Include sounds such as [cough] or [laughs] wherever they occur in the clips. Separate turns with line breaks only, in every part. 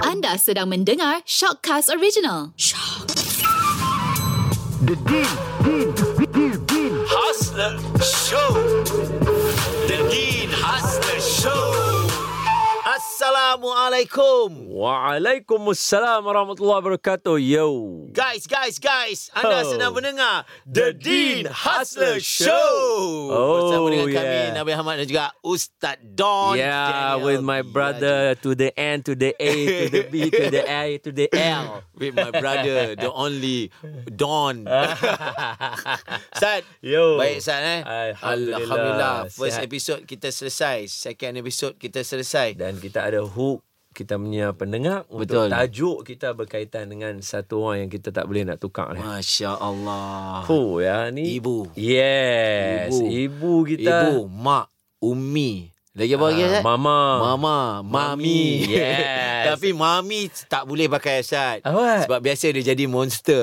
Anda sedang mendengar Shockcast Original.
The Deal, Deal, Deal, Deal.
Hustler Show The Dean Hustler Show Assalamualaikum
Waalaikumsalam warahmatullahi wabarakatuh. Yo.
Guys, guys, guys Anda
Oh.
sedang mendengar The Dean Hustler Show
Oh,
Bersama dengan kami
yeah.
Nabi Ahmad dan juga Ustaz Don
Yeah,
Daniel
with my brother to the N to the A to the B to
[laughs]
the I to the L.
Bilaji. With my
[laughs]
brother The only Don Ustaz
Yo.
Baik Ustaz eh
Alhamdulillah.
First
Sihat.
episode kita selesai Second episode kita selesai
Dan kita ada hook kita punya pendengar
Betul.
untuk tajuk kita berkaitan dengan satu orang yang kita tak boleh nak tukar ni.
Masya Allah
Oh ya ni
Ibu.
Yes. Ibu, Ibu kita.
Ibu, mak, umi. Lagi apa lagi? Ustaz?
mama.
Mama, mami. [laughs]
Mami, yes.
Tapi mami tak boleh pakai Ustaz.
Ah, what?
Sebab biasa dia jadi
[laughs]
monster.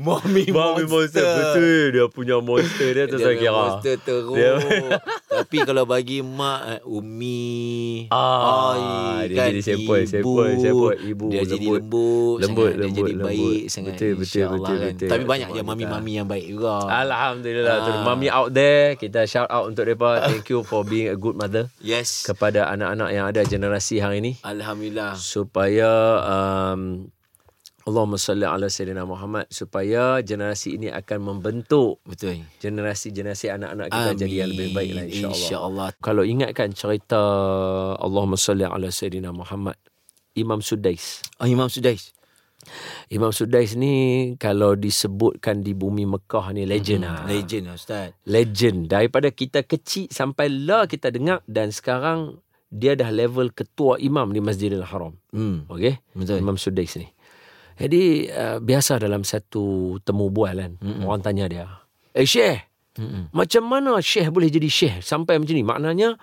mami,
Mami monster. Betul dia punya monster dia tu
Dia
saya
punya
kira.
monster teruk.
Dia-
[laughs] Tapi kalau bagi mak, eh, umi.
Ah,
ai,
dia jadi sempoi, sempoi, sempoi. Ibu
Dia jadi lembut.
lembut. Lembut,
sangat.
lembut,
Dia jadi
lembut.
baik sangat.
Betul, betul,
InsyaAllah kan.
betul, betul.
Tapi banyak je
Semoga.
mami-mami yang baik juga.
Alhamdulillah
Ah.
ah. Mami out there Kita shout out untuk mereka Thank you for being a good mother
Yes.
Kepada anak-anak yang ada generasi hari ini Ah.
Alhamdulillah.
Supaya um, Allahumma salli ala Sayyidina Muhammad Supaya generasi ini akan membentuk
Betul.
Generasi-generasi anak-anak kita
Amin.
Jadi yang lebih baik lah insyaAllah insya
InsyaAllah.
Kalau ingatkan cerita Allahumma salli ala Sayyidina Muhammad Imam Sudais
Oh, Imam Sudais.
Imam Sudais ni Kalau disebutkan di bumi Mekah ni legend lah
Legend lah Ustaz.
legend daripada kita kecil sampai lah kita dengar dan sekarang dia dah level ketua imam di Masjidil Haram.
Hmm.
Okey.
Betul.
Imam Sudais ni. Jadi uh, biasa dalam satu temu bual kan mm orang tanya dia, "Eh Syekh,
Mm-mm.
macam mana Syekh boleh jadi Syekh sampai macam ni?" Maknanya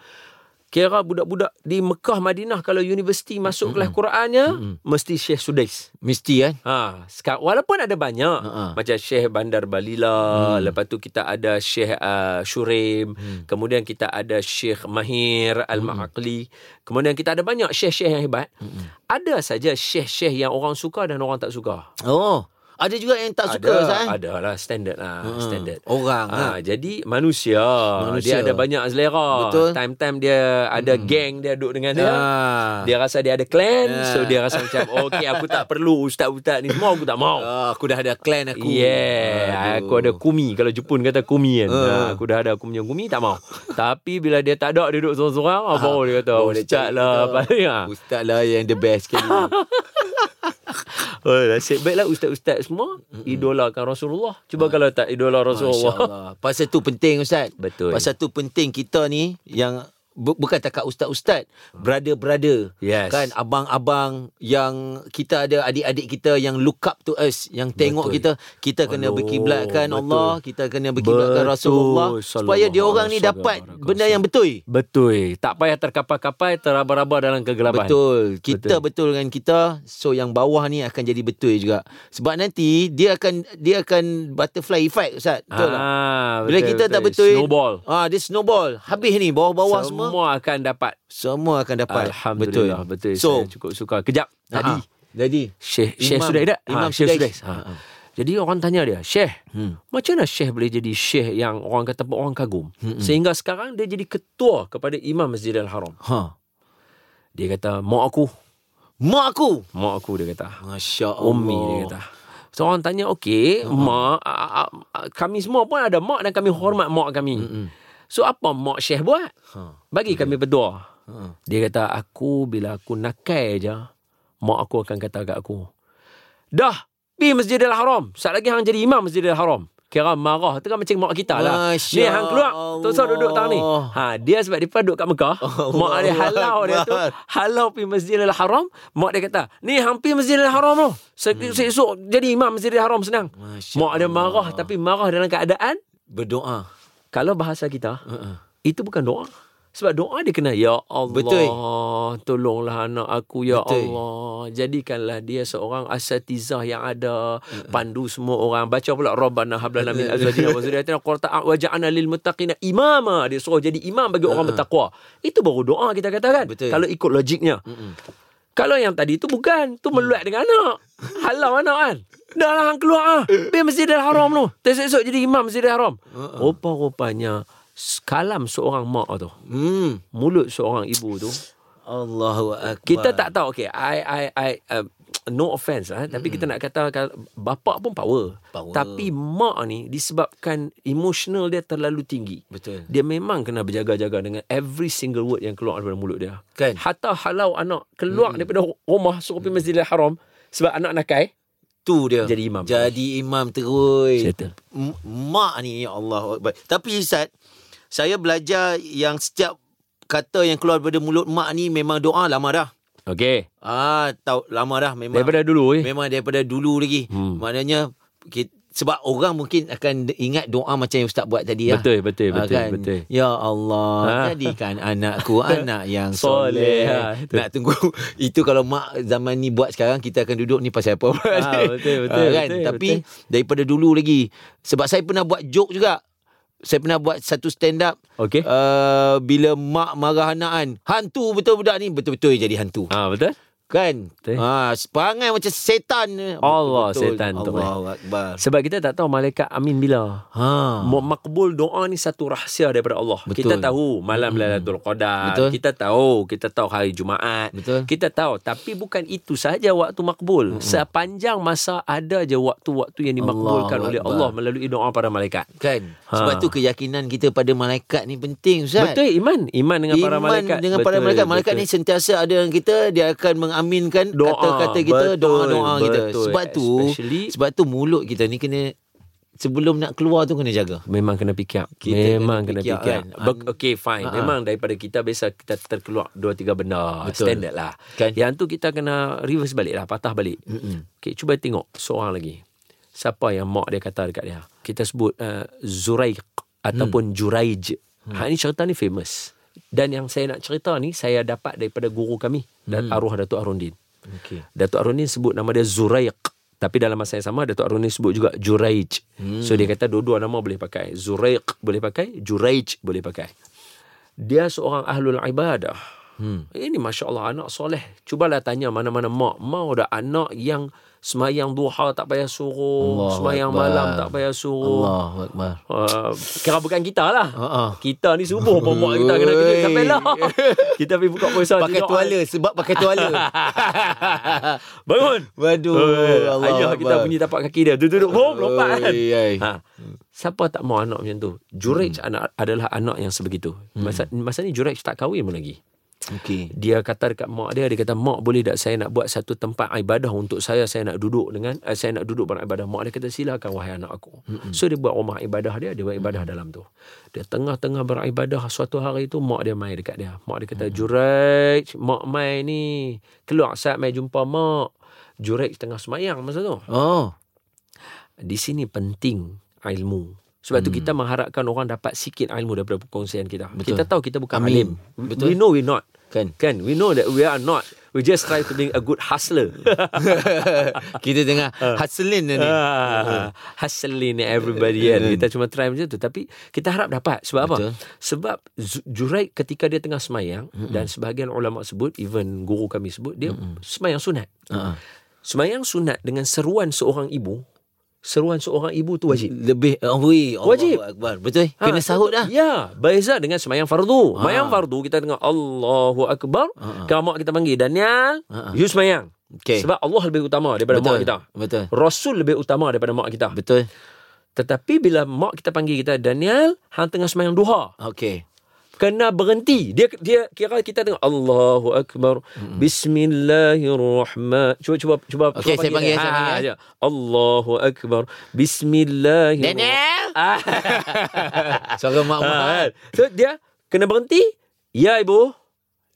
kira budak-budak di Mekah Madinah kalau universiti masuk kelas Qurannya mesti Syekh Sudais.
Mesti kan?
Ha, sekarang, walaupun ada banyak
Ha-ha.
macam Syekh Bandar Balila, hmm. lepas tu kita ada Syekh uh, Shurim, hmm. kemudian kita ada Syekh Mahir Al-Ma'aqli,
Hmm.
kemudian kita ada banyak syekh-syekh yang hebat. Hmm. Ada saja syekh-syekh yang orang suka dan orang tak suka.
Oh. Ada juga yang tak suka
ada,
Ustaz. eh?
ada lah standard lah,
Ha,
standard.
Orang ha.
Ha, jadi manusia,
Manusia.
manusia dia ada banyak selera.
Betul.
Time-time dia ada hmm. geng dia duduk dengan dia.
Ah.
Dia rasa dia ada clan
Ah.
So dia rasa macam "Oh, Okay aku tak perlu Ustaz-ustaz ni semua Aku tak mau
Ah, aku dah ada clan aku.
Yeah,
Aduh.
aku ada kumi. Kalau Jepun kata kumi kan.
Ah.
Ha, aku dah ada aku punya kumi, tak mau. Tapi bila dia tak ada, dia duduk seorang-seorang,
Ah,
ha, baru dia kata,
Baru dia
ustaz
cari
lah.
kita.
Paling [laughs] lah.
Ustaz lah yang the [laughs] best sekali.
Oh, nasib baiklah ustaz-ustaz semua idolakan Rasulullah.
Ah.
Cuba kalau tak idola Rasulullah.
InsyaAllah. Pasal tu penting Ustaz.
Betul.
Pasal tu penting kita ni yang bu- bukan takat ustaz-ustaz, brother-brother.
Yes.
Kan abang-abang yang kita ada adik-adik kita yang look up to us, yang tengok
Betul.
kita, kita kena
Allah,
berkiblatkan
betul.
Allah, kita kena berkiblatkan
Betul.
Rasulullah supaya
Sallallahu
dia orang ni
alaihi
dapat
wasallam.
benda yang betul.
Betul. Tak payah terkapai-kapai, teraba-raba dalam kegelapan.
Betul. Kita betul. dengan kita, so yang bawah ni akan jadi betul juga. Sebab nanti dia akan dia akan butterfly effect Ustaz. Betul tak?
Ah,
Bila kita tak betul
Snowball.
Ah dia snowball. Habis ni bawah-bawah semua.
semua. akan dapat.
Semua akan dapat.
Alhamdulillah. Betul.
So Ah,
Saya cukup suka. Kejap.
tadi
Ha.
jadi
Syekh Syekh
Imam-
Sudais tak?
Imam
ha, Syekh
Sudais.
Sudais. Ha.
Ha, ha.
Jadi orang tanya dia, Syekh, hmm. macam mana Syekh boleh jadi Syekh yang orang kata pun orang kagum? Hmm. Sehingga sekarang dia jadi ketua kepada Imam Masjidil Haram.
ha
Dia kata, mak aku,
mak aku.
mak aku dia kata.
Masya-Allah.
Ummi dia kata. So orang tanya, okey, mak, a, a, a, kami semua pun ada mak dan kami hormat mak kami. Hmm. So apa mak Syekh buat?
Ha.
Bagi kami berdoa.
Ha.
Dia kata, aku bila aku nakai je, mak aku akan kata kat aku, dah, pergi Masjidil Haram. Saat lagi hang jadi imam Masjidil Haram. Kira marah tu kan macam mak kita lah.
Masya
ni hang keluar, tu so duduk tangan ni.
Allah.
Ha, dia sebab dia pernah duduk kat
[laughs]
Mekah, mak dia halau dia tu,
Akbar.
halau pergi Masjidil Haram, mak dia kata, ni hang pergi Masjidil Haram tu. Se- Esok jadi imam Masjidil Haram senang.
Hmm. Masya
Mak dia marah
Allah.
tapi marah dalam keadaan
Berdoa.
kalau bahasa kita, uh-uh. itu bukan doa. Sebab doa dia kena ya Allah
Betul.
tolonglah anak aku ya
Betul.
Allah jadikanlah dia seorang asatizah yang ada pandu semua orang baca pula rabbana hab lana min azwajina
[laughs]
wa dzurriyyatina qurrata a'yun waj'alna lil muttaqina imama dia suruh jadi imam bagi orang bertakwa itu baru doa kita kata kan
Betul.
kalau ikut logiknya Kalau yang tadi tu bukan. Tu meluat dengan anak. Halau anak kan. Dah lah hang keluar ah. Pergi Masjidil Haram tu. Esok-esok jadi imam Masjidil Haram. Rupa-rupanya s- kalam seorang mak tu.
Hmm.
Mulut seorang ibu tu.
Allahu akbar.
Kita tak tahu okay I I I uh, no offense lah tapi kita nak kata kal- bapak pun power.
Power.
Tapi mak ni disebabkan emotional dia terlalu tinggi.
Betul.
Dia memang kena berjaga-jaga dengan every single word yang keluar daripada mulut dia.
Kan.
Hatta halau anak
Hmm.
keluar daripada rumah suruh pergi Masjidil Haram sebab anak nakai.
tu dia.
Jadi imam.
Jadi imam terus.
Settle.
M- Mak ni ya Allah. Akbar. Tapi Ustaz, saya belajar yang setiap kata yang keluar daripada mulut mak ni memang doa lama dah.
Okey.
Ah, tahu lama dah memang.
Daripada dulu eh.
memang daripada dulu lagi.
Hmm.
Maknanya kita, sebab orang mungkin akan ingat doa macam yang ustaz buat tadi ya.
Betul, betul,
Ah,
betul, betul.
Ya Allah,
Ah.
jadikan
[laughs]
anakku anak yang
Soleh.
soleh.
Ah, itu.
Nak tunggu [laughs] itu kalau mak zaman ni buat sekarang kita akan duduk ni pasal apa.
Ah, betul, betul,
[laughs] Ah, kan?
betul,
Tapi
betul.
daripada dulu lagi sebab saya pernah buat joke juga. Saya pernah buat satu stand up
Okey. Ha,
uh, bila mak marah anak kan. Hantu betul budak ni betul-betul jadi hantu.
Ah betul?
Kan?
Betul.
Ha, perangai macam setan.
Allah,
Betul-betul.
setan tu, eh.
Allahu Akbar.
Sebab kita tak tahu malaikat amin bila.
Ha.
Mu- Makbul doa ni satu rahsia daripada Allah.
Betul. Hmm.
Kita tahu malam Lailatul Qadar,
Betul.
kita tahu, kita tahu hari Jumaat.
Betul. Hmm.
Kita tahu, tapi bukan itu sahaja waktu makbul. Sepanjang masa ada je waktu-waktu yang dimakbulkan
Allahu
oleh
Akbar.
Allah melalui doa para malaikat.
Kan?
Ha.
Ha. Sebab tu keyakinan kita pada malaikat ni penting, Ustaz.
Betul iman, iman dengan
Kan?
para
Iman
malaikat.
dengan
betul,
para malaikat Malaikat
betul.
ni sentiasa ada dengan kita Dia akan mengaminkan
Doa,
Kata-kata kita
betul,
Doa-doa kita
betul.
Sebab tu
Especially-
Sebab tu mulut kita ni kena Sebelum nak keluar tu kena jaga
Memang kena fikir.
Kita
Memang
kena
kena fikir.
fikir,
Kan?
kan?
Be- okay fine.
Ha-ha.
Memang daripada kita biasa kita terkeluar dua tiga benda.
Betul.
Standard lah.
Kan?
Yang tu kita kena reverse balik lah. Patah balik. Mm-mm. Okay cuba tengok seorang lagi. Siapa yang mak dia kata dekat dia. Kita sebut uh, Zuraiq ataupun Juraij. Ha, ini cerita ni famous. Dan yang saya nak cerita ni saya dapat daripada guru kami. Dan arwah Datuk Arundin.
Okey.
Datuk Aruni sebut nama dia Zuraiq. Tapi dalam masa yang sama Datuk Aruni sebut juga Juraij. Hmm. So dia kata dua-dua nama boleh pakai. Zuraiq boleh pakai, Juraij boleh pakai. Dia seorang ahlul ibadah. Hmm. Ini Masya Allah anak soleh. Cubalah tanya mana-mana mak. Mau dah anak yang semayang duha tak payah suruh.
Allahu
semayang
Akbar.
malam tak payah suruh.
Allahu Akbar
Uh, kira bukan kita lah
Ha-ha.
Kita ni
[laughs]
subuh pun mak kita kena kerja
Oi.
sampai lah [laughs] Kita pergi buka puasa
Pakai
tidur.
tuala Sebab pakai
[laughs]
tuala
Bangun
Waduh
Oh,
Allahu
ayah kita
Akbar. Eh.
bunyi tapak kaki dia. Dia duduk home lompat kan.
Oi, ai.
Ha. Siapa tak mau anak macam tu? Juraj hmm. anak adalah anak yang sebegitu.
Hmm.
Masa masa ni Juraj tak kahwin pun lagi.
Okey
Dia kata dekat mak dia, dia kata mak boleh tak saya nak buat satu tempat ibadah untuk saya, saya nak duduk dengan eh, saya nak duduk beribadah. Mak dia kata silakan wahai anak aku. Mm-mm. So dia buat rumah ibadah dia, dia buat ibadah dalam tu. Dia tengah-tengah beribadah suatu hari tu mak dia mai dekat dia. Mak dia kata Juraj, mak mai ni keluar saat mai jumpa mak. Juraj tengah semayang masa tu
Oh
di sini penting ilmu.
Mm.
Sebab hmm. tu kita mengharapkan orang dapat sikit ilmu daripada perkongsian kita. Betul.
Betul.
Kita tahu kita bukan
Amin.
alim. Betul.
Betul.
We know we not.
Kan
Kan? We know that we are not. We just try to be a good hustler.
Kita tengah [laughs]
[laughs]
Hustling ni
Ah, hustling everybody kan. Kita cuma try macam tu tapi kita harap dapat sebab
Betul.
apa? Sebab Zu- Juraid ketika dia tengah semayang mm dan sebahagian ulama sebut even guru kami sebut dia mm semayang sunat.
Ha.
Semayang sunat dengan seruan seorang ibu, seruan seorang ibu tu wajib.
Lebih oh, wui, Allahu
Wajib. Ah.
Akbar Betul Kena sahut dah Ah.
Ya, beza dengan semayang fardu. Ha. Mayang fardu kita dengar Allahu Akbar. Ha.
Ha.
Kalau mak kita panggil Daniel, ha.
Ha.
you semayang.
Okey.
Sebab Allah lebih utama daripada
Betul.
mak kita.
Betul
Rasul lebih utama daripada mak kita.
Betul
Tetapi bila mak kita panggil kita Daniel, hang tengah semayang duha.
Okey
Kena berhenti. Dia dia kira kita tengok Allahu Akbar. Bismillahirrahman. Cuba cuba cuba
Okey,
cuba
saya panggil, saya
Ah,
panggil.
je. Allahu Akbar. Bismillahirrahman.
Daniel.
Ah.
Suara mak
Ah,
mak
kan? So dia kena berhenti. Ya ibu.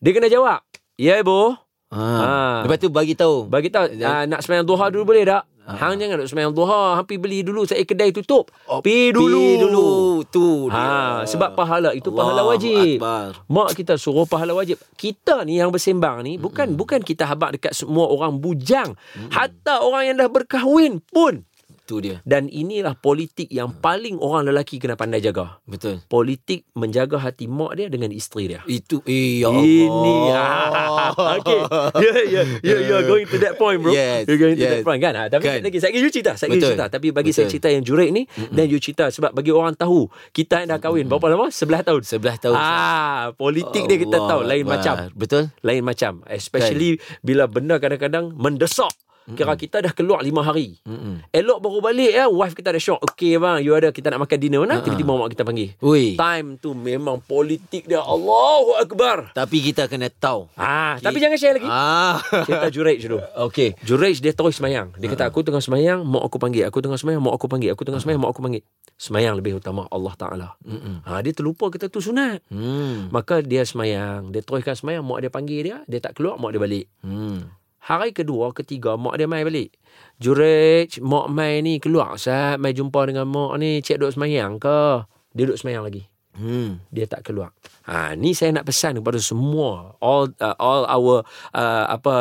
Dia kena jawab. Ya ibu.
ha.
Ah.
Lepas tu bagi tahu
Bagi tahu ah,
Ya.
nak sembahyang duha dulu boleh tak?
Ah.
Hang jangan nak sembahyang duha, hang pergi beli dulu saya kedai tutup. Oh, pi dulu.
Pi dulu Tu
Ha,
dia.
sebab pahala itu
Allahu
pahala wajib.
Akbar.
Mak kita suruh pahala wajib. Kita ni yang bersembang ni bukan bukan kita habaq dekat semua orang bujang. Hatta orang yang dah berkahwin pun
Itu dia.
Dan inilah politik yang
Mm.
paling orang lelaki kena pandai jaga.
Betul.
Politik menjaga hati mak dia dengan isteri dia.
Itu eh ya Allah.
Ini [laughs] ah, Okay yeah, yeah, yeah, You're going to that point bro
Yes,
You're going to
yes.
that point kan ah, Tapi
Kan.
kan. lagi Saya you cerita Saya you
Betul.
cerita Tapi bagi saya
Betul.
cerita yang jurek ni Dan you cerita Sebab bagi orang tahu Kita yang dah kahwin Berapa lama? 11 tahun
11 tahun.
Ah, Politik dia kita tahu Lain
Allahuakbar.
macam
Betul?
Lain macam Especially
Kan?
Bila benda kadang-kadang Mendesak Kira kita dah keluar 5 hari
Mm-mm.
Elok baru balik ya Wife kita ada shock Okay bang You ada kita nak makan dinner
Ha,
mana Tiba-tiba mak kita panggil
Ui.
Time tu memang politik dia Allahu Akbar
Tapi kita kena tahu.
Ah, tapi jangan share lagi.
Ah. [laughs]
Cerita Juraj dulu.
Okey.
Juraj dia terus semayang. Dia
Ah.
kata aku tengah semayang, mak aku panggil. Aku tengah semayang, mak aku panggil. Aku tengah semayang, mak aku panggil. Semayang lebih utama Allah Ta'ala.
Mm-mm.
Ha, dia terlupa kita tu sunat.
Hmm.
Maka dia semayang. Dia teruskan semayang, mak dia panggil dia. Dia tak keluar, mak dia balik.
Hmm.
Hari kedua, ketiga, mak dia mai balik. Juraj, mak mai ni keluar. Sat, mai jumpa dengan mak ni. Cik duduk semayang ke? Dia duduk semayang lagi.
Hmm.
dia tak keluar. Ha ni saya nak pesan kepada semua all uh, all our uh, apa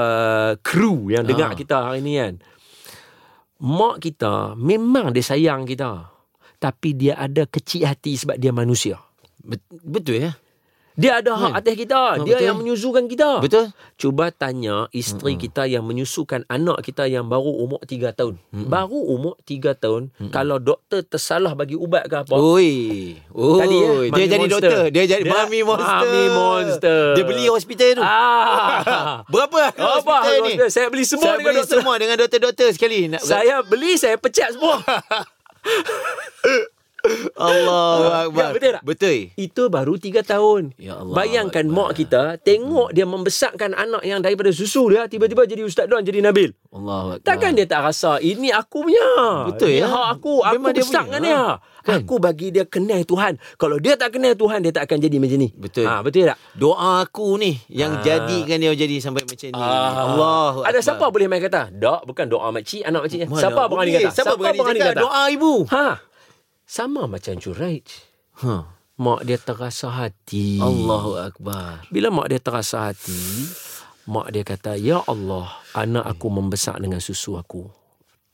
crew yang dengar
Ah.
kita hari ni kan. Mak kita memang dia sayang kita. Tapi dia ada kecil hati sebab dia manusia.
Bet- betul ya?
Dia ada
Kan?
hak atas kita.
Ah,
dia
betul.
yang menyusukan kita.
Betul? Hmm.
Cuba tanya isteri kita yang menyusukan anak kita yang baru umur 3 tahun.
Hmm.
Baru umur 3 tahun kalau doktor tersalah bagi ubat ke apa.
Oi. Oi.
Tadi, ya,
dia
Mummy
jadi
Monster.
doktor. Dia jadi
Dia-
mami monster.
Mummy Monster.
Dia beli hospital tu.
Ah.
[laughs] Berapa
Apa
hospital ni?
hospital? Saya beli semua
Saya
dengan
beli
doktor.
semua dengan doktor-doktor sekali. Nak
Saya beli, saya pecat semua.
[laughs] Allah
Ya, betul tak?
Betul.
Itu baru 3 tahun.
Ya Allah.
Bayangkan mak kita tengok dia membesarkan anak yang daripada susu dia tiba-tiba jadi Ustaz Don, jadi Nabil.
Allah
Takkan dia tak rasa ini aku punya.
Ah. Betul,
ini
ya.
hak aku. Aku
Memang dia punya.
besar dengan dia.
Kan?
Aku bagi dia kenal Tuhan. Kalau dia tak kenal Tuhan, dia tak akan jadi macam ni.
Betul.
Ha, betul tak?
Doa aku ni yang
Ah.
jadikan dia jadi sampai macam ni. Allah.
Ada siapa boleh main kata? Tak, bukan doa makcik, anak makcik. Siapa berani kata?
Siapa, berani, cakap doa ibu?
Ha. Sama macam Juraij.
Ha.
Mak dia terasa hati.
Allahu akbar.
Bila mak dia terasa hati, mak dia kata, "Ya Allah, anak aku membesar dengan susu aku."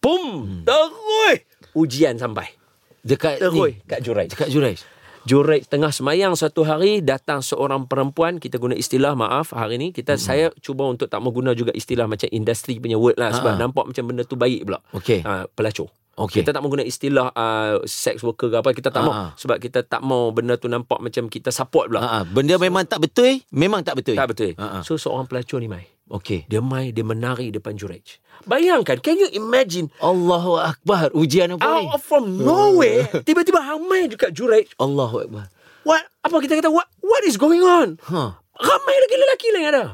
Pum! Hmm. Terus ujian sampai.
Dekat
Terus
ni.
kat Juraij.
Dekat Jurais.
Juraij tengah semayang satu hari datang seorang perempuan, kita guna istilah maaf hari ni kita hmm. saya cuba untuk tak mau guna juga istilah macam industri punya word lah sebab
Ha.
nampak macam benda tu baik pula.
Okey.
Ha, pelacur.
Okey.
Kita tak mau guna istilah uh, sex worker ke apa kita tak
Ah,
mau
ah.
sebab kita tak mau benda tu nampak macam kita support pula.
Ha, ha. Benda memang tak betul, memang tak betul.
Tak betul.
Ha, ha.
So seorang pelacur ni mai.
Okey.
Dia mai dia menari depan Juraj. Bayangkan, can you imagine
Allahu akbar. Ujian apa ni?
out of from nowhere tiba-tiba ramai dekat Juraj.
Allahu akbar.
What apa kita kata what what is going on?
Ha.
Ramai lagi lelaki lain ada.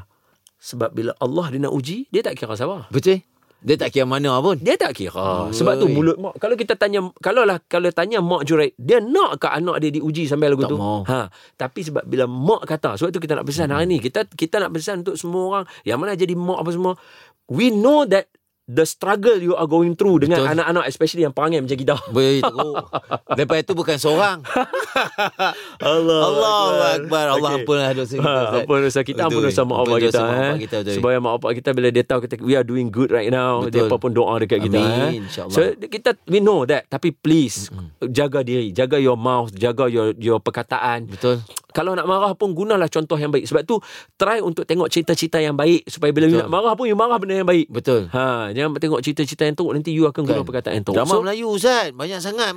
Sebab bila Allah dia nak uji, dia tak kira sabar.
Betul? Dia tak kira mana pun.
Dia tak kira. Sebab tu
Oi.
mulut mak. Kalau kita tanya, kalau lah kalau tanya mak Juraj, dia nak ke anak dia diuji sampai lagu
Tak
tu?
mau.
Ha. Tapi sebab bila mak kata, sebab tu kita nak pesan hari ni. Kita kita nak pesan untuk semua orang yang mana jadi mak apa semua. We know that the struggle you are going through dengan
Betul.
anak-anak especially yang perangai
[laughs]
macam kita. [laughs]
Boleh teruk. Lepas itu bukan seorang.
Allah
Allahu akbar. Allah
Okay.
ampunlah dosa kita.
Ha,
Ustaz.
apa dosa kita
Betul.
Ampun dosa mak
Ampun
bapak
dosa
kita,
mak
eh.
bapak kita, betul.
Supaya mak bapak kita Bila dia tahu kita We are doing good right now
Betul.
Dia apa pun doa dekat kita
Amin,
eh.
insyaAllah.
So kita We know that Tapi please Jaga diri Jaga your mouth Jaga your your perkataan
Betul.
Kalau nak marah pun Gunalah contoh yang baik Sebab tu Try untuk tengok cerita-cerita yang baik Supaya bila you
Betul.
nak marah pun You marah benda yang baik
Betul.
Ha, jangan tengok cerita-cerita yang teruk Nanti you akan guna
Kan.
perkataan yang teruk
Drama so, Melayu Ustaz Banyak sangat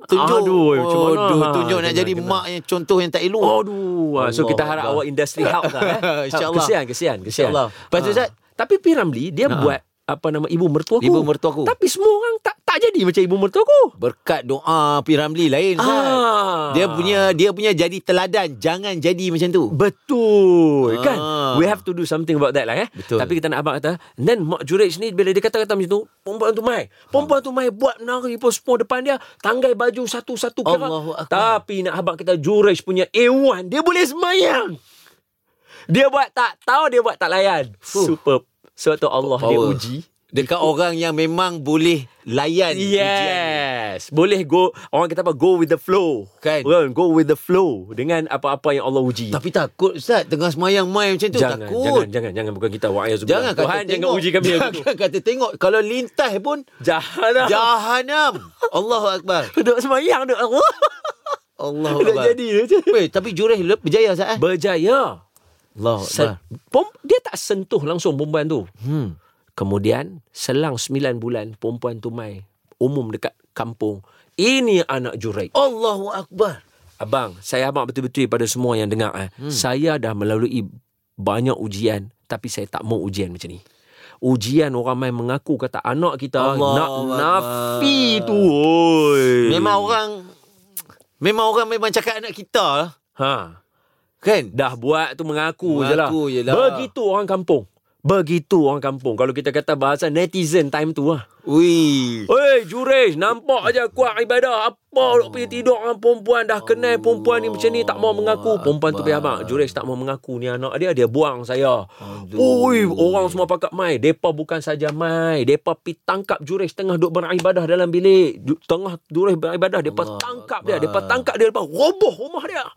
Tunjuk
Aduh, macam mana?
Aduh,
Ha, Oh,
Tunjuk nak
kena,
jadi
kena.
mak yang Contoh yang tak elok
Aduh. Allah so
Allah
kita harap
Allah.
awak industri help lah eh.
[laughs]
Help.
InsyaAllah.
Kesian, kesian, kesian.
InsyaAllah. Ha. Lepas tu,
Ah.
Zat?
Tapi P. Ramlee dia
Ha.
buat apa nama ibu mertua aku.
Ibu mertua aku.
Tapi semua orang tak tak jadi macam ibu mertua aku.
Berkat doa Piramli lain Ustaz
Ah.
Dia punya Dia punya jadi teladan Jangan jadi macam tu
Betul
Ah.
kan We have to do something about that lah eh
Betul.
Tapi kita nak abang kata and Then Mak Juraj ni Bila dia kata-kata macam tu Perempuan tu mai Perempuan tu mai Buat menari pun semua depan dia Tanggai baju satu-satu kerak.
Allahu Akbar.
Tapi nak abang kita Juraj punya A1 Dia boleh semayang Dia buat tak tahu Dia buat tak layan
Fuh.
Super Sebab tu Allah Oh, dia
Power.
uji
Dekat orang yang memang boleh layan ujian.
Yes. Boleh go orang kata apa go with the flow.
Kan?
Orang go with the flow dengan apa-apa yang Allah uji.
Tapi takut Ustaz Tengah semayang main macam tu
jangan,
Takut
jangan jangan jangan bukan kita wa yazbillah.
Jangan kata
Tuhan
tengok
jangan uji kami
Jangan
begitu.
kata tengok Kalau lintas pun
[laughs] Jahanam.
Jahanam Allahu Akbar
Duduk semayang duduk Allah.
Allahu
Duduk
Akbar
jadi dia je.
Weh, tapi jurih lep berjaya eh? saat
Berjaya.
Allahu
Se-
Akbar
pom, dia tak sentuh langsung perempuan tu.
Hmm
Kemudian selang 9 bulan perempuan tu mai umum dekat kampung. Ini anak Juraik.
Allahu Akbar
Abang, saya amat betul-betul pada semua yang dengar eh. Hmm. Saya dah melalui banyak ujian tapi saya tak mau ujian macam ni. Ujian orang main mengaku kata anak kita
Allah
nak
Akbar.
nafi tu. Oi.
Memang orang Memang orang memang cakap anak kita lah
ha
Kan
dah buat tu mengaku, je lah.
Mengaku je lah.
Begitu orang kampung. Begitu orang kampung. Kalau kita kata bahasa netizen time tu lah.
Ui
Oi, Jurej, nampak aja kuat ibadah. Apa duk pergi tidur dengan perempuan dah kenal perempuan ni macam ni tak mau mengaku. Perempuan tu pergi abang, Jurej tak mau mengaku ni anak dia dia buang saya. Oi, orang semua pakat mai. Depa bukan saja mai, depa pi tangkap Jurej tengah duk beribadah dalam bilik. Ju- Tengah Jurej beribadah, depa tangkap dia, depa tangkap dia, depa roboh rumah dia.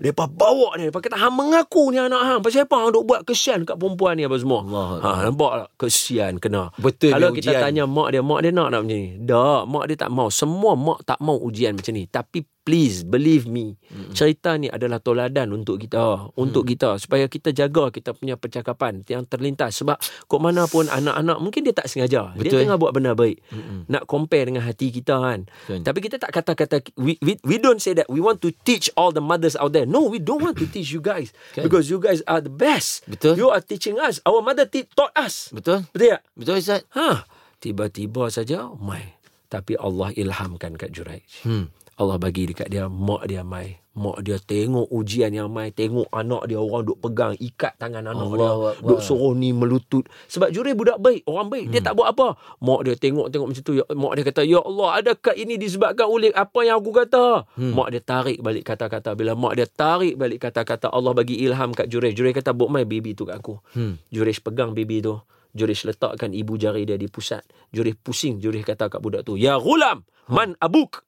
Depa bawa dia, depa kata hang mengaku ni anak hang. Pasal apa hang duk buat kesian kat perempuan ni apa semua.
Allah
Ha, nampak tak? Kesian kena.
Betul
Kalau
dia
kita
ujian.
tanya mak dia, mak dia nak tak macam ni? Tak, mak dia tak mau. Semua mak tak mau ujian macam ni. Tapi please, believe me. Mm-hmm. Cerita ni adalah toladan untuk kita. Untuk mm. kita. Supaya kita jaga kita punya percakapan yang terlintas. Sebab kok mana pun anak-anak, mungkin dia tak sengaja.
Betul, eh?
Dia tengah buat benda baik. Mm-hmm. Nak compare dengan hati kita kan.
Betul.
Tapi kita tak kata-kata, we, we, we don't say that. We want to teach all the mothers out there. No, we don't want
[coughs]
to teach you guys.
Kan.
Because you guys are the best.
Betul.
You are teaching us. Our mother te- taught us.
Betul
Betul tak?
Betul Ustaz
Ha, tiba-tiba saja mai. Tapi Allah ilhamkan kat Juraij.
Hmm.
Allah bagi dekat dia mak dia mai. Mak dia tengok ujian yang mai, tengok anak dia orang duk pegang ikat tangan anak
Allah
dia,
Akbar.
duk suruh ni melutut. Sebab Juraij budak baik, orang baik, dia tak buat apa. Mak dia tengok-tengok macam tu, ya, mak dia kata, "Ya Allah, adakah ini disebabkan oleh apa yang aku kata?" Mak dia tarik balik kata-kata. Bila mak dia tarik balik kata-kata, Allah bagi ilham kat Juraij. Juraij kata, "Bok mai baby tu kat aku."
Hmm.
Jurish pegang baby tu. Jurish letakkan ibu jari dia di pusat. Jurish pusing. Jurish kata kat budak tu, Ya gulam, man abuk.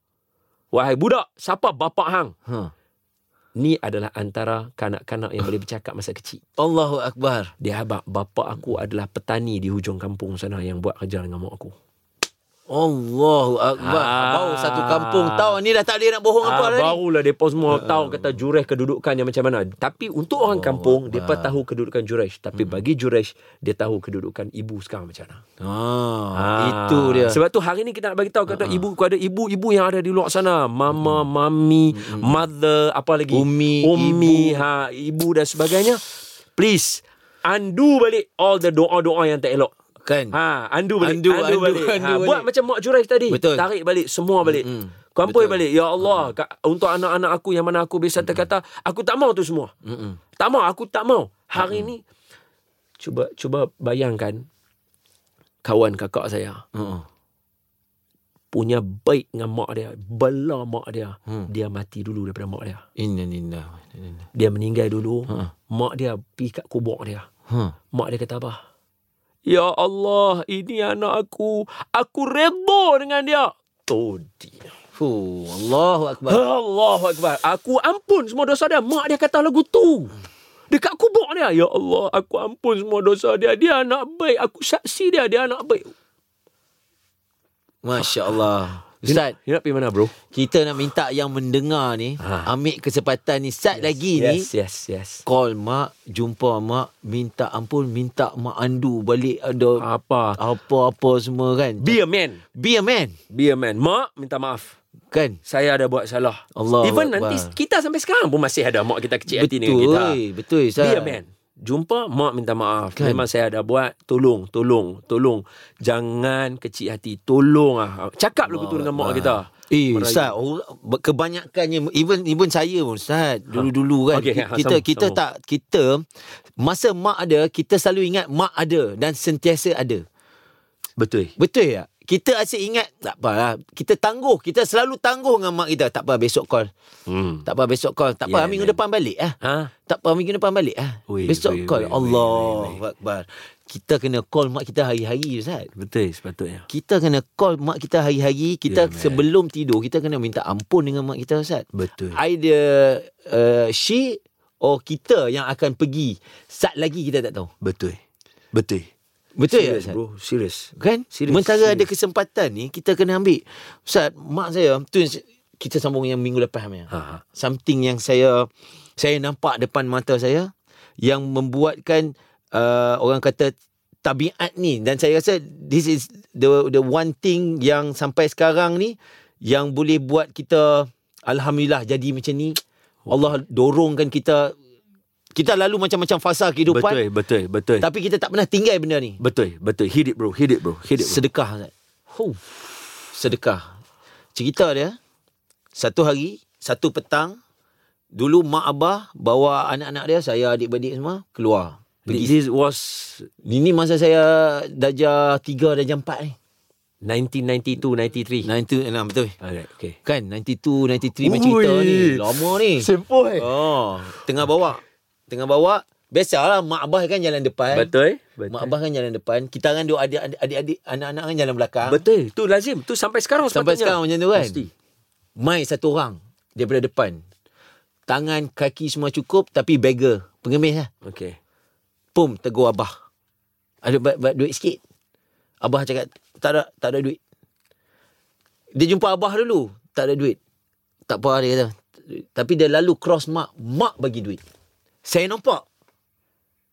Wahai budak, siapa bapa hang?
ha.
Ni adalah antara kanak-kanak yang boleh bercakap masa kecil.
Allahu Akbar
Dia abang, bapa aku adalah petani di hujung kampung sana yang buat kerja dengan mak aku.
Allahu Akbar
Ah.
Baru satu kampung tahu Ni dah tak boleh nak bohong apa
Ah,
dah ni
barulah
Ah.
depa semua tahu kata Juresh kedudukannya macam mana. Tapi untuk
Oh,
orang kampung,
ah.
depa tahu kedudukan Juresh. Tapi
Hmm.
bagi Juresh, dia tahu kedudukan ibu sekarang macam mana.
ah,
Ah,
Itu dia Ah.
Sebab tu hari ni kita nak bagi tahu kata ibu kepada ibu-ibu yang ada di luar sana, mama, mami, mother, apa lagi?
Hmm. Umi,
Umi, ibu. ha, ibu dan sebagainya. Please undo balik all the doa-doa yang tak elok.
Kan
Ha, undo balik.
Undo, undo,
balik.
undo
ha,
balik.
buat macam Mak Juraj tadi.
Betul.
Tarik balik semua balik.
Mm-mm. Betul.
Kampoi
Hmm.
balik. Ya Allah, ka- untuk anak-anak aku yang mana aku biasa terkata, aku tak mau tu semua.
Mm-mm.
Tak mau, aku tak mau. Hari
Hmm.
ni cuba cuba bayangkan kawan kakak saya
Mm-mm.
punya baik dengan mak dia, bela mak dia.
Hmm.
Dia mati dulu daripada mak dia.
Inna lillahi wa inna ilaihi
Dia meninggal dulu.
Ha.
Mak dia pergi kat kubur dia.
raji'un.
Mak dia kata apa? Ya Allah, ini anak aku. Aku redha dengan dia. Tu dia.
Fu, Allahu Akbar.
Allahu Akbar. Aku ampun semua dosa dia. Mak dia kata lagu tu. Dekat kubur dia. Ya Allah, aku ampun semua dosa dia. Dia anak baik. Aku saksi dia. Dia anak baik.
Masya-Allah. Ustaz,
you nak pergi mana bro?
kita nak minta yang mendengar ni
Ha.
ambil kesempatan ni Ustaz lagi ni
Yes, yes, yes.
call mak, jumpa mak, minta ampun, minta mak andu balik ada
Apa?
apa-apa semua kan.
Ha. Be a man.
Be a man.
Be a man. Mak, minta maaf.
Kan?
Saya ada buat salah.
Allah
Even
Akbar.
nanti kita sampai sekarang pun masih ada mak kita kecil hati dengan
betul,
kita.
betul Ustaz.
Be a man. Jumpa mak minta maaf.
Kan.
Kan. Memang saya ada buat. Tolong, tolong, tolong. Jangan kecil hati. Tolong ah. Cakap lagu tu dengan mak kita.
Eh
Merayu.
Ustaz orang- Kebanyakannya Even even saya pun Ustaz Dulu-dulu kan
Okey,
ki-
ha,
Kita
sambung,
kita
sambung.
tak Kita Masa mak ada Kita selalu ingat Mak ada Dan sentiasa ada
Betul.
Betul tak? Kita asyik ingat tak apalah. Kita tangguh, kita selalu tangguh dengan mak kita. Tak apa besok call.
Hmm.
Tak apa besok call. Tak apa
Yeah,
minggu
man.
depan balik ah.
Ha?
Tak apa minggu depan balik ah.
Ui,
Besok
ui,
call.
ui, ui, ui,
Allah akbar. Kita kena call mak kita hari-hari Ustaz.
Betul sepatutnya.
Kita kena call mak kita hari-hari. Kita
Yeah, man.
sebelum tidur kita kena minta ampun dengan mak kita Ustaz.
Betul.
Either uh, she or kita yang akan pergi. Saat lagi kita tak tahu.
Betul. Betul.
Betul ya
Serius
Ustaz?
bro, serius.
Kan?
Serius,
Serius, Mentara
serius.
ada kesempatan ni kita kena ambil. Ustaz, mak saya tu yang kita sambung yang minggu lepas punya.
Ha, ha.
Something yang saya saya nampak depan mata saya yang membuatkan uh, orang kata tabiat ni dan saya rasa this is the the one thing yang sampai sekarang ni yang boleh buat kita alhamdulillah jadi macam ni. Allah dorongkan kita kita lalu macam-macam fasa kehidupan
Betul, betul, betul.
tapi kita tak pernah tinggal benda ni.
Betul, betul. Hit it bro, hit it bro, hit it bro.
Sedekah Ustaz. Huh. Sedekah. Cerita dia satu hari, satu petang dulu mak abah bawa anak-anak dia, saya adik-beradik semua keluar. Pergi.
This was
Ini masa saya darjah 3 darjah 4 ni.
1992, 93.
92 nah, betul.
Alright, okay.
Kan 92 93 macam cerita
eh, Ui. eh.
ni. Lama ni.
Sempoi.
Oh, tengah bawa. Tengah bawa. Biasalah mak abah kan jalan depan.
Betul? Betul.
Mak abah kan jalan depan. Kita kan duk adik- adik-adik anak-anak kan jalan belakang.
Betul. Ah, Tu lazim. Tu sampai sekarang
Sampai sekarang macam
sepatutnya.
tu kan
Mesti.
Mai satu orang Daripada depan Tangan kaki semua cukup Tapi beggar Pengemis lah
Okay.
Pum tegur Abah Ada ba- ba- duit sikit Abah cakap Tak ada tak ada duit Dia jumpa Abah dulu Tak ada duit Tak apa dia kata Tapi dia lalu cross mak Mak bagi duit Saya nampak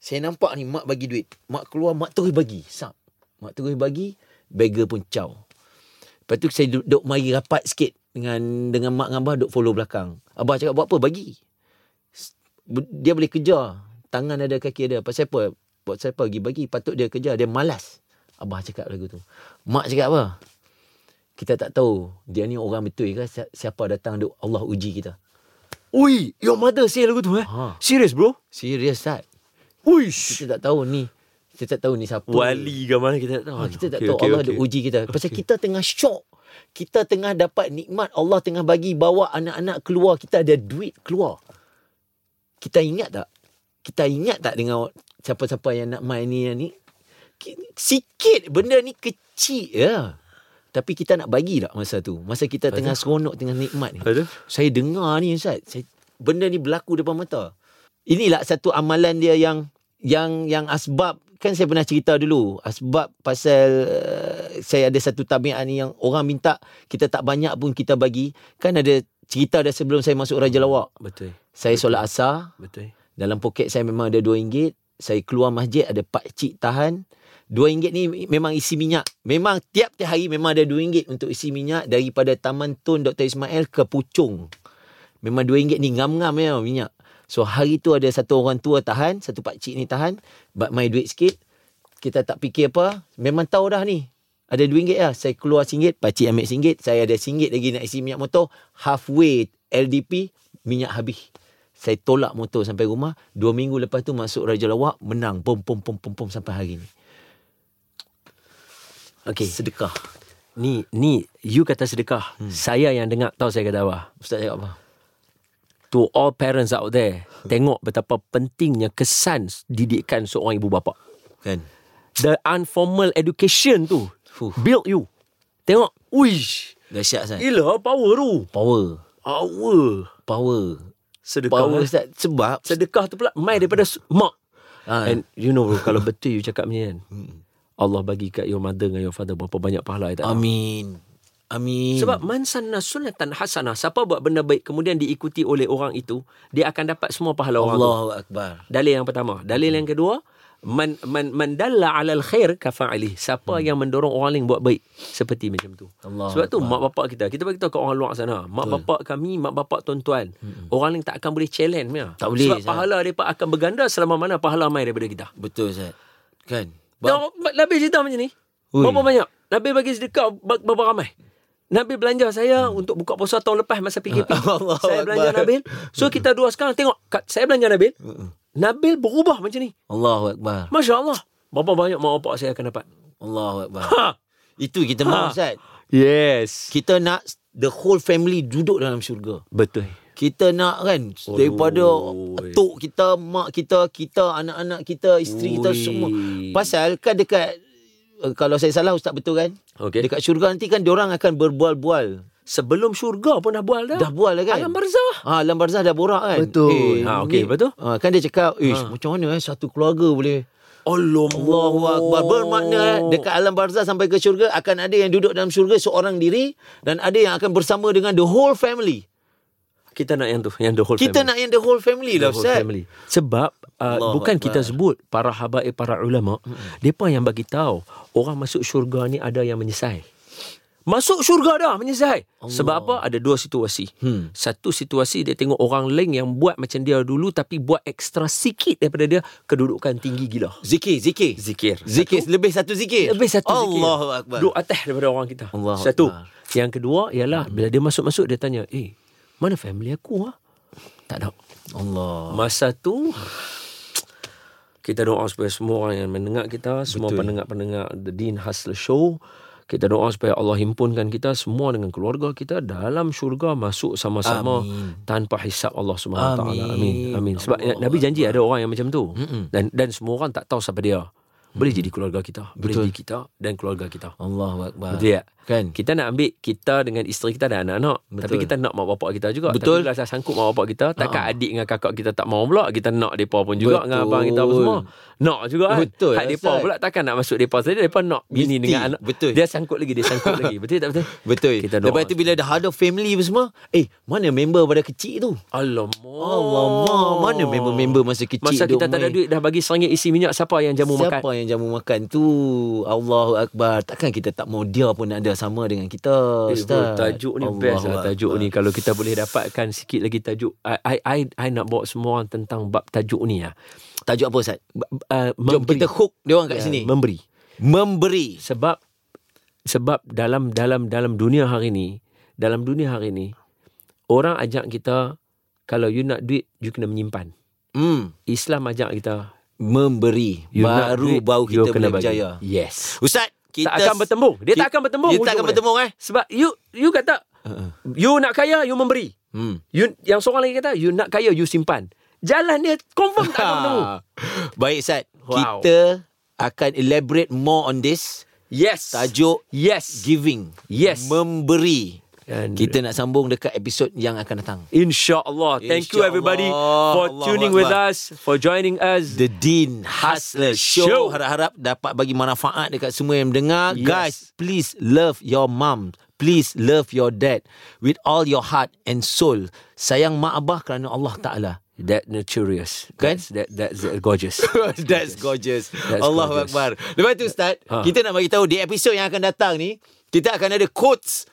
Saya nampak ni mak bagi duit Mak keluar mak terus bagi Sap Mak terus bagi Beggar pun caw Lepas tu saya duduk mari rapat sikit Dengan dengan mak dengan abah Duduk follow belakang Abah cakap buat apa bagi Be- dia boleh kejar tangan ada kaki ada pasal apa pasal apa pergi bagi patut dia kejar dia malas abah cakap lagu tu mak cakap apa kita tak tahu dia ni orang betul ke si- siapa datang duk Allah uji kita
Ui, your mother say lagu tu eh?
Ha.
Serius bro?
serius tak
Uish.
kita tak tahu ni kita tak tahu ni siapa
Wali ke mana Ah, kita tak tahu.
ha, kita tak okay, tahu okay, Allah okay. duk uji kita pasal kita tengah syok kita tengah dapat nikmat Allah tengah bagi bawa anak-anak keluar kita ada duit keluar kita ingat tak? Kita ingat tak dengan siapa-siapa yang nak main ni yang ni? Ki- Sikit benda ni kecil ya. Tapi kita nak bagi tak masa tu? Masa kita tengah seronok, tengah nikmat ni.
Aduh.
Saya dengar ni Ustaz. Saya, benda ni berlaku depan mata. Inilah satu amalan dia yang yang yang asbab kan saya pernah cerita dulu asbab pasal uh, saya ada satu tabiat ni yang orang minta kita tak banyak pun kita bagi kan ada cerita dah sebelum saya masuk Raja Lawak
Betul.
saya solat asar
Betul.
dalam poket saya memang ada RM2. Saya keluar masjid ada pak cik tahan. RM2 ni memang isi minyak. Memang tiap-tiap hari memang ada RM2 untuk isi minyak daripada Taman Tun Dr. Ismail ke Puchong. Memang RM2 ni ngam-ngam ya minyak. So hari tu ada satu orang tua tahan, satu pak cik ni tahan, buat my duit sikit. Kita tak fikir apa, memang tahu dah ni. Ada RM2 lah. Saya keluar RM1, pak cik ambil RM1, saya ada RM1 lagi nak isi minyak motor. Halfway LDP, minyak habis. Saya tolak motor sampai rumah. Dua minggu lepas tu masuk Raja Lawak. Menang. Pom, pom, pom, pom, pom sampai hari ni.
Okay.
Sedekah.
Ni, ni, you kata sedekah. Hmm. Saya yang dengar tahu saya kata apa.
Ustaz cakap apa?
To all parents out there, tengok betapa pentingnya kesan didikan seorang ibu bapa.
Kan?
The unformal education tu
Fuh.
build you. Tengok, uish.
Dahsyat Ustaz.
Gila power tu.
Power.
Power.
Power.
Sedekah.
Power Ustaz. Sebab
Sedekah tu pula mai daripada s- mak.
Ah. Hmm.
And you know bro, kalau betul you cakap ni kan. Allah bagi kat your mother dengan your father berapa banyak pahala you tak tahu.
Amin. Amin.
Sebab man sanna sunnatan hasanah, siapa buat benda baik kemudian diikuti oleh orang itu, dia akan dapat semua pahala orang tu.
Allahu Akbar.
Dalil yang pertama. Dalil yang kedua, man man man dalla alal khair kafa'ili. Siapa
Hmm.
yang mendorong orang lain buat baik seperti macam tu.
Allah
Sebab tu mak bapak kita, kita bagi tahu ke orang luar sana, mak bapak kami, mak bapak tuan-tuan, hmm. orang lain tak akan boleh challenge ya.
Tak boleh,
Sebab
Ustaz.
pahala depa akan berganda selama mana pahala mai daripada kita.
Betul Ustaz. Kan? Ba-
Ba- Nabi cerita macam ni.
Ui.
Berapa banyak? Nabi bagi sedekah ber- berapa ramai? Nabi belanja saya hmm. untuk buka puasa tahun lepas
[laughs]
masa PKP.
Allah
saya belanja
Akbar. Hmm.
Nabil. So kita dua sekarang tengok kat- saya belanja Nabil. Nabil berubah macam ni.
Allahu Akbar.
Masya Allah. Berapa banyak mak bapak saya akan dapat?
Allahu Akbar.
Ha!
Itu kita mau Ustaz.
Yes.
Kita nak the whole family duduk dalam syurga.
Betul.
Kita nak kan daripada
Oi.
tok kita, mak kita, kita, anak-anak kita, isteri kita
Ui.
semua. Pasal kan dekat eh, kalau saya salah ustaz betul kan?
Okey.
Dekat syurga nanti kan diorang akan berbual-bual.
Sebelum syurga pun dah bual dah.
Dah bual dah kan?
Alam barzah.
Ha, alam barzah dah borak kan?
Betul.
Ha, okey,
ni-
betul.
Ha, kan dia cakap, ish ha. macam mana eh satu keluarga boleh
Allah
Allahu Akbar. Bermakna eh,
Oh.
dekat alam barzah sampai ke syurga akan ada yang duduk dalam syurga seorang diri dan ada yang akan bersama dengan the whole family.
kita nak yang tu, yang the whole
Kita
family.
nak yang the whole family
the
lah
whole
Ustaz.
family. Sebab uh,
Allahu
bukan
Akbar.
kita sebut para habaib para ulama, mm-hmm. depa yang bagi tahu orang masuk syurga ni ada yang menyesal. Masuk syurga dah menyesal. Allah. Sebab apa? Ada dua situasi. Hmm. Satu situasi dia tengok orang lain yang buat macam dia dulu tapi buat ekstra sikit daripada dia kedudukan tinggi gila.
Zikir, zikir.
Zikir.
Zikir lebih satu zikir.
Lebih satu zikir.
Allahu akbar.
Duduk atas daripada orang kita.
Allahu
satu.
Akbar.
Yang kedua ialah bila dia masuk-masuk dia tanya, "Eh, mana family aku ah?" Tak ada.
Allah.
Masa tu kita doa supaya semua orang yang mendengar kita, semua
Betul.
pendengar-pendengar The Dean Hustler Show, kita doa supaya Allah himpunkan kita semua dengan keluarga kita dalam syurga masuk sama-sama
Amin.
tanpa hisap Allah Subhanahu Wa Taala. Amin.
Amin.
Amin. Sebab
Allah
Nabi janji ada orang yang macam tu. Mm-mm. Dan dan semua orang tak tahu siapa dia. Boleh jadi keluarga kita, boleh jadi kita dan keluarga kita.
Allahu akbar.
Betul tak?
Kan?
Kita nak ambil kita dengan isteri kita dan anak-anak.
Betul.
Tapi kita nak mak bapak kita juga.
Betul. Ah.
Tapi bila dah sangkut mak bapak kita, takkan adik dengan kakak kita tak mau pula. Kita nak mereka pun juga dengan
Betul.
abang kita apa semua. Nak juga kan.
Betul,
Hak mereka
Ustaz.
pula takkan nak masuk mereka sendiri. Mereka nak bini
Mesti.
dengan anak.
Betul.
Dia sangkut lagi, dia sangkut
[laughs]
lagi. Betul tak betul?
Betul.
Kita doa.
Lepas tu bila dah ada family apa semua, eh mana member pada kecil tu?
Alamak.
Alamak, mana member-member masa kecil
Oh. Masa
duk
kita tak ada
main?
duit dah bagi serangit isi minyak siapa yang jamu
Siapa
makan?
Siapa yang jamu makan tu? Allahu akbar. Takkan kita tak mau dia pun ada sama dengan kita,
Eh, bro,
Ustaz.
tajuk ni
Allahu
best lah
Akbar.
tajuk ni kalau kita boleh dapatkan sikit lagi tajuk I I I, I nak bawa semua orang tentang bab tajuk ni ah.
Tajuk apa Ustaz?
B- Uh,
Jom kita hook dia orang kat sini.
Uh, memberi.
Memberi.
Sebab sebab dalam dalam dalam dunia hari ni, dalam dunia hari ni orang ajak kita kalau you nak duit you kena menyimpan.
Hmm.
Islam ajak kita
Memberi.
you nak
Baru
duit,
bau
you
kita boleh
bagi.
berjaya.
Yes.
Ustaz, kita
Kita tak akan bertembung. Dia tak
ki-
akan bertembung.
Dia tak akan
hujung dia.
bertembung eh.
Sebab you you kata
Uh-uh.
you nak kaya you memberi.
Hmm.
You, yang seorang lagi kata, you nak kaya, you simpan. Jalan dia confirm tak akan bertemu.
Ha. [laughs] Baik Ustaz,
Wow.
kita akan elaborate more on this
Yes.
tajuk
Yes.
giving.
Yes.
Memberi.
And-
Kita nak sambung dekat episod yang akan datang.
InsyaAllah. Thank you
Insya
everybody
Allah.
for
Allahu
tuning with
Akbar.
us, for joining us.
The Dean Hustler Show.
Show.
Harap-harap dapat bagi manfaat dekat semua yang mendengar.
Yes.
Guys, please love your mom. Please love your dad with all your heart and soul. Sayang mak abah kerana Allah Ta'ala.
That notorious.
Kan?
That's, that, that's gorgeous.
[laughs] That's gorgeous.
[laughs] That's
Allahu
gorgeous.
Akbar. Lepas tu Ustaz,
Ha.
kita nak bagi tahu di episod yang akan datang ni, kita akan ada quotes.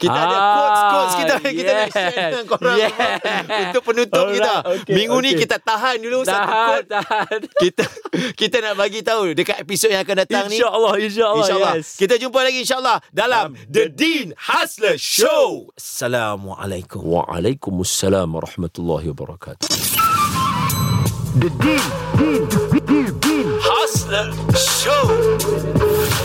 Kita ada
Ah,
quotes-quotes kita kita nak
yes.
share dengan korang
Yes.
semua untuk penutup
Alright,
kita.
okay,
Minggu ni
okay.
kita tahan dulu satu
tahan,
quote.
tahan.
kita [laughs] kita nak bagi tahu dekat episod yang akan datang ni.
InsyaAllah, insyaAllah.
InsyaAllah.
Yes.
Kita jumpa lagi insyaAllah dalam The Dean Hustler Show. Assalamualaikum.
Waalaikumsalam warahmatullahi wabarakatuh.
The Dean, Dean, Dean, Dean.
Hustler Show.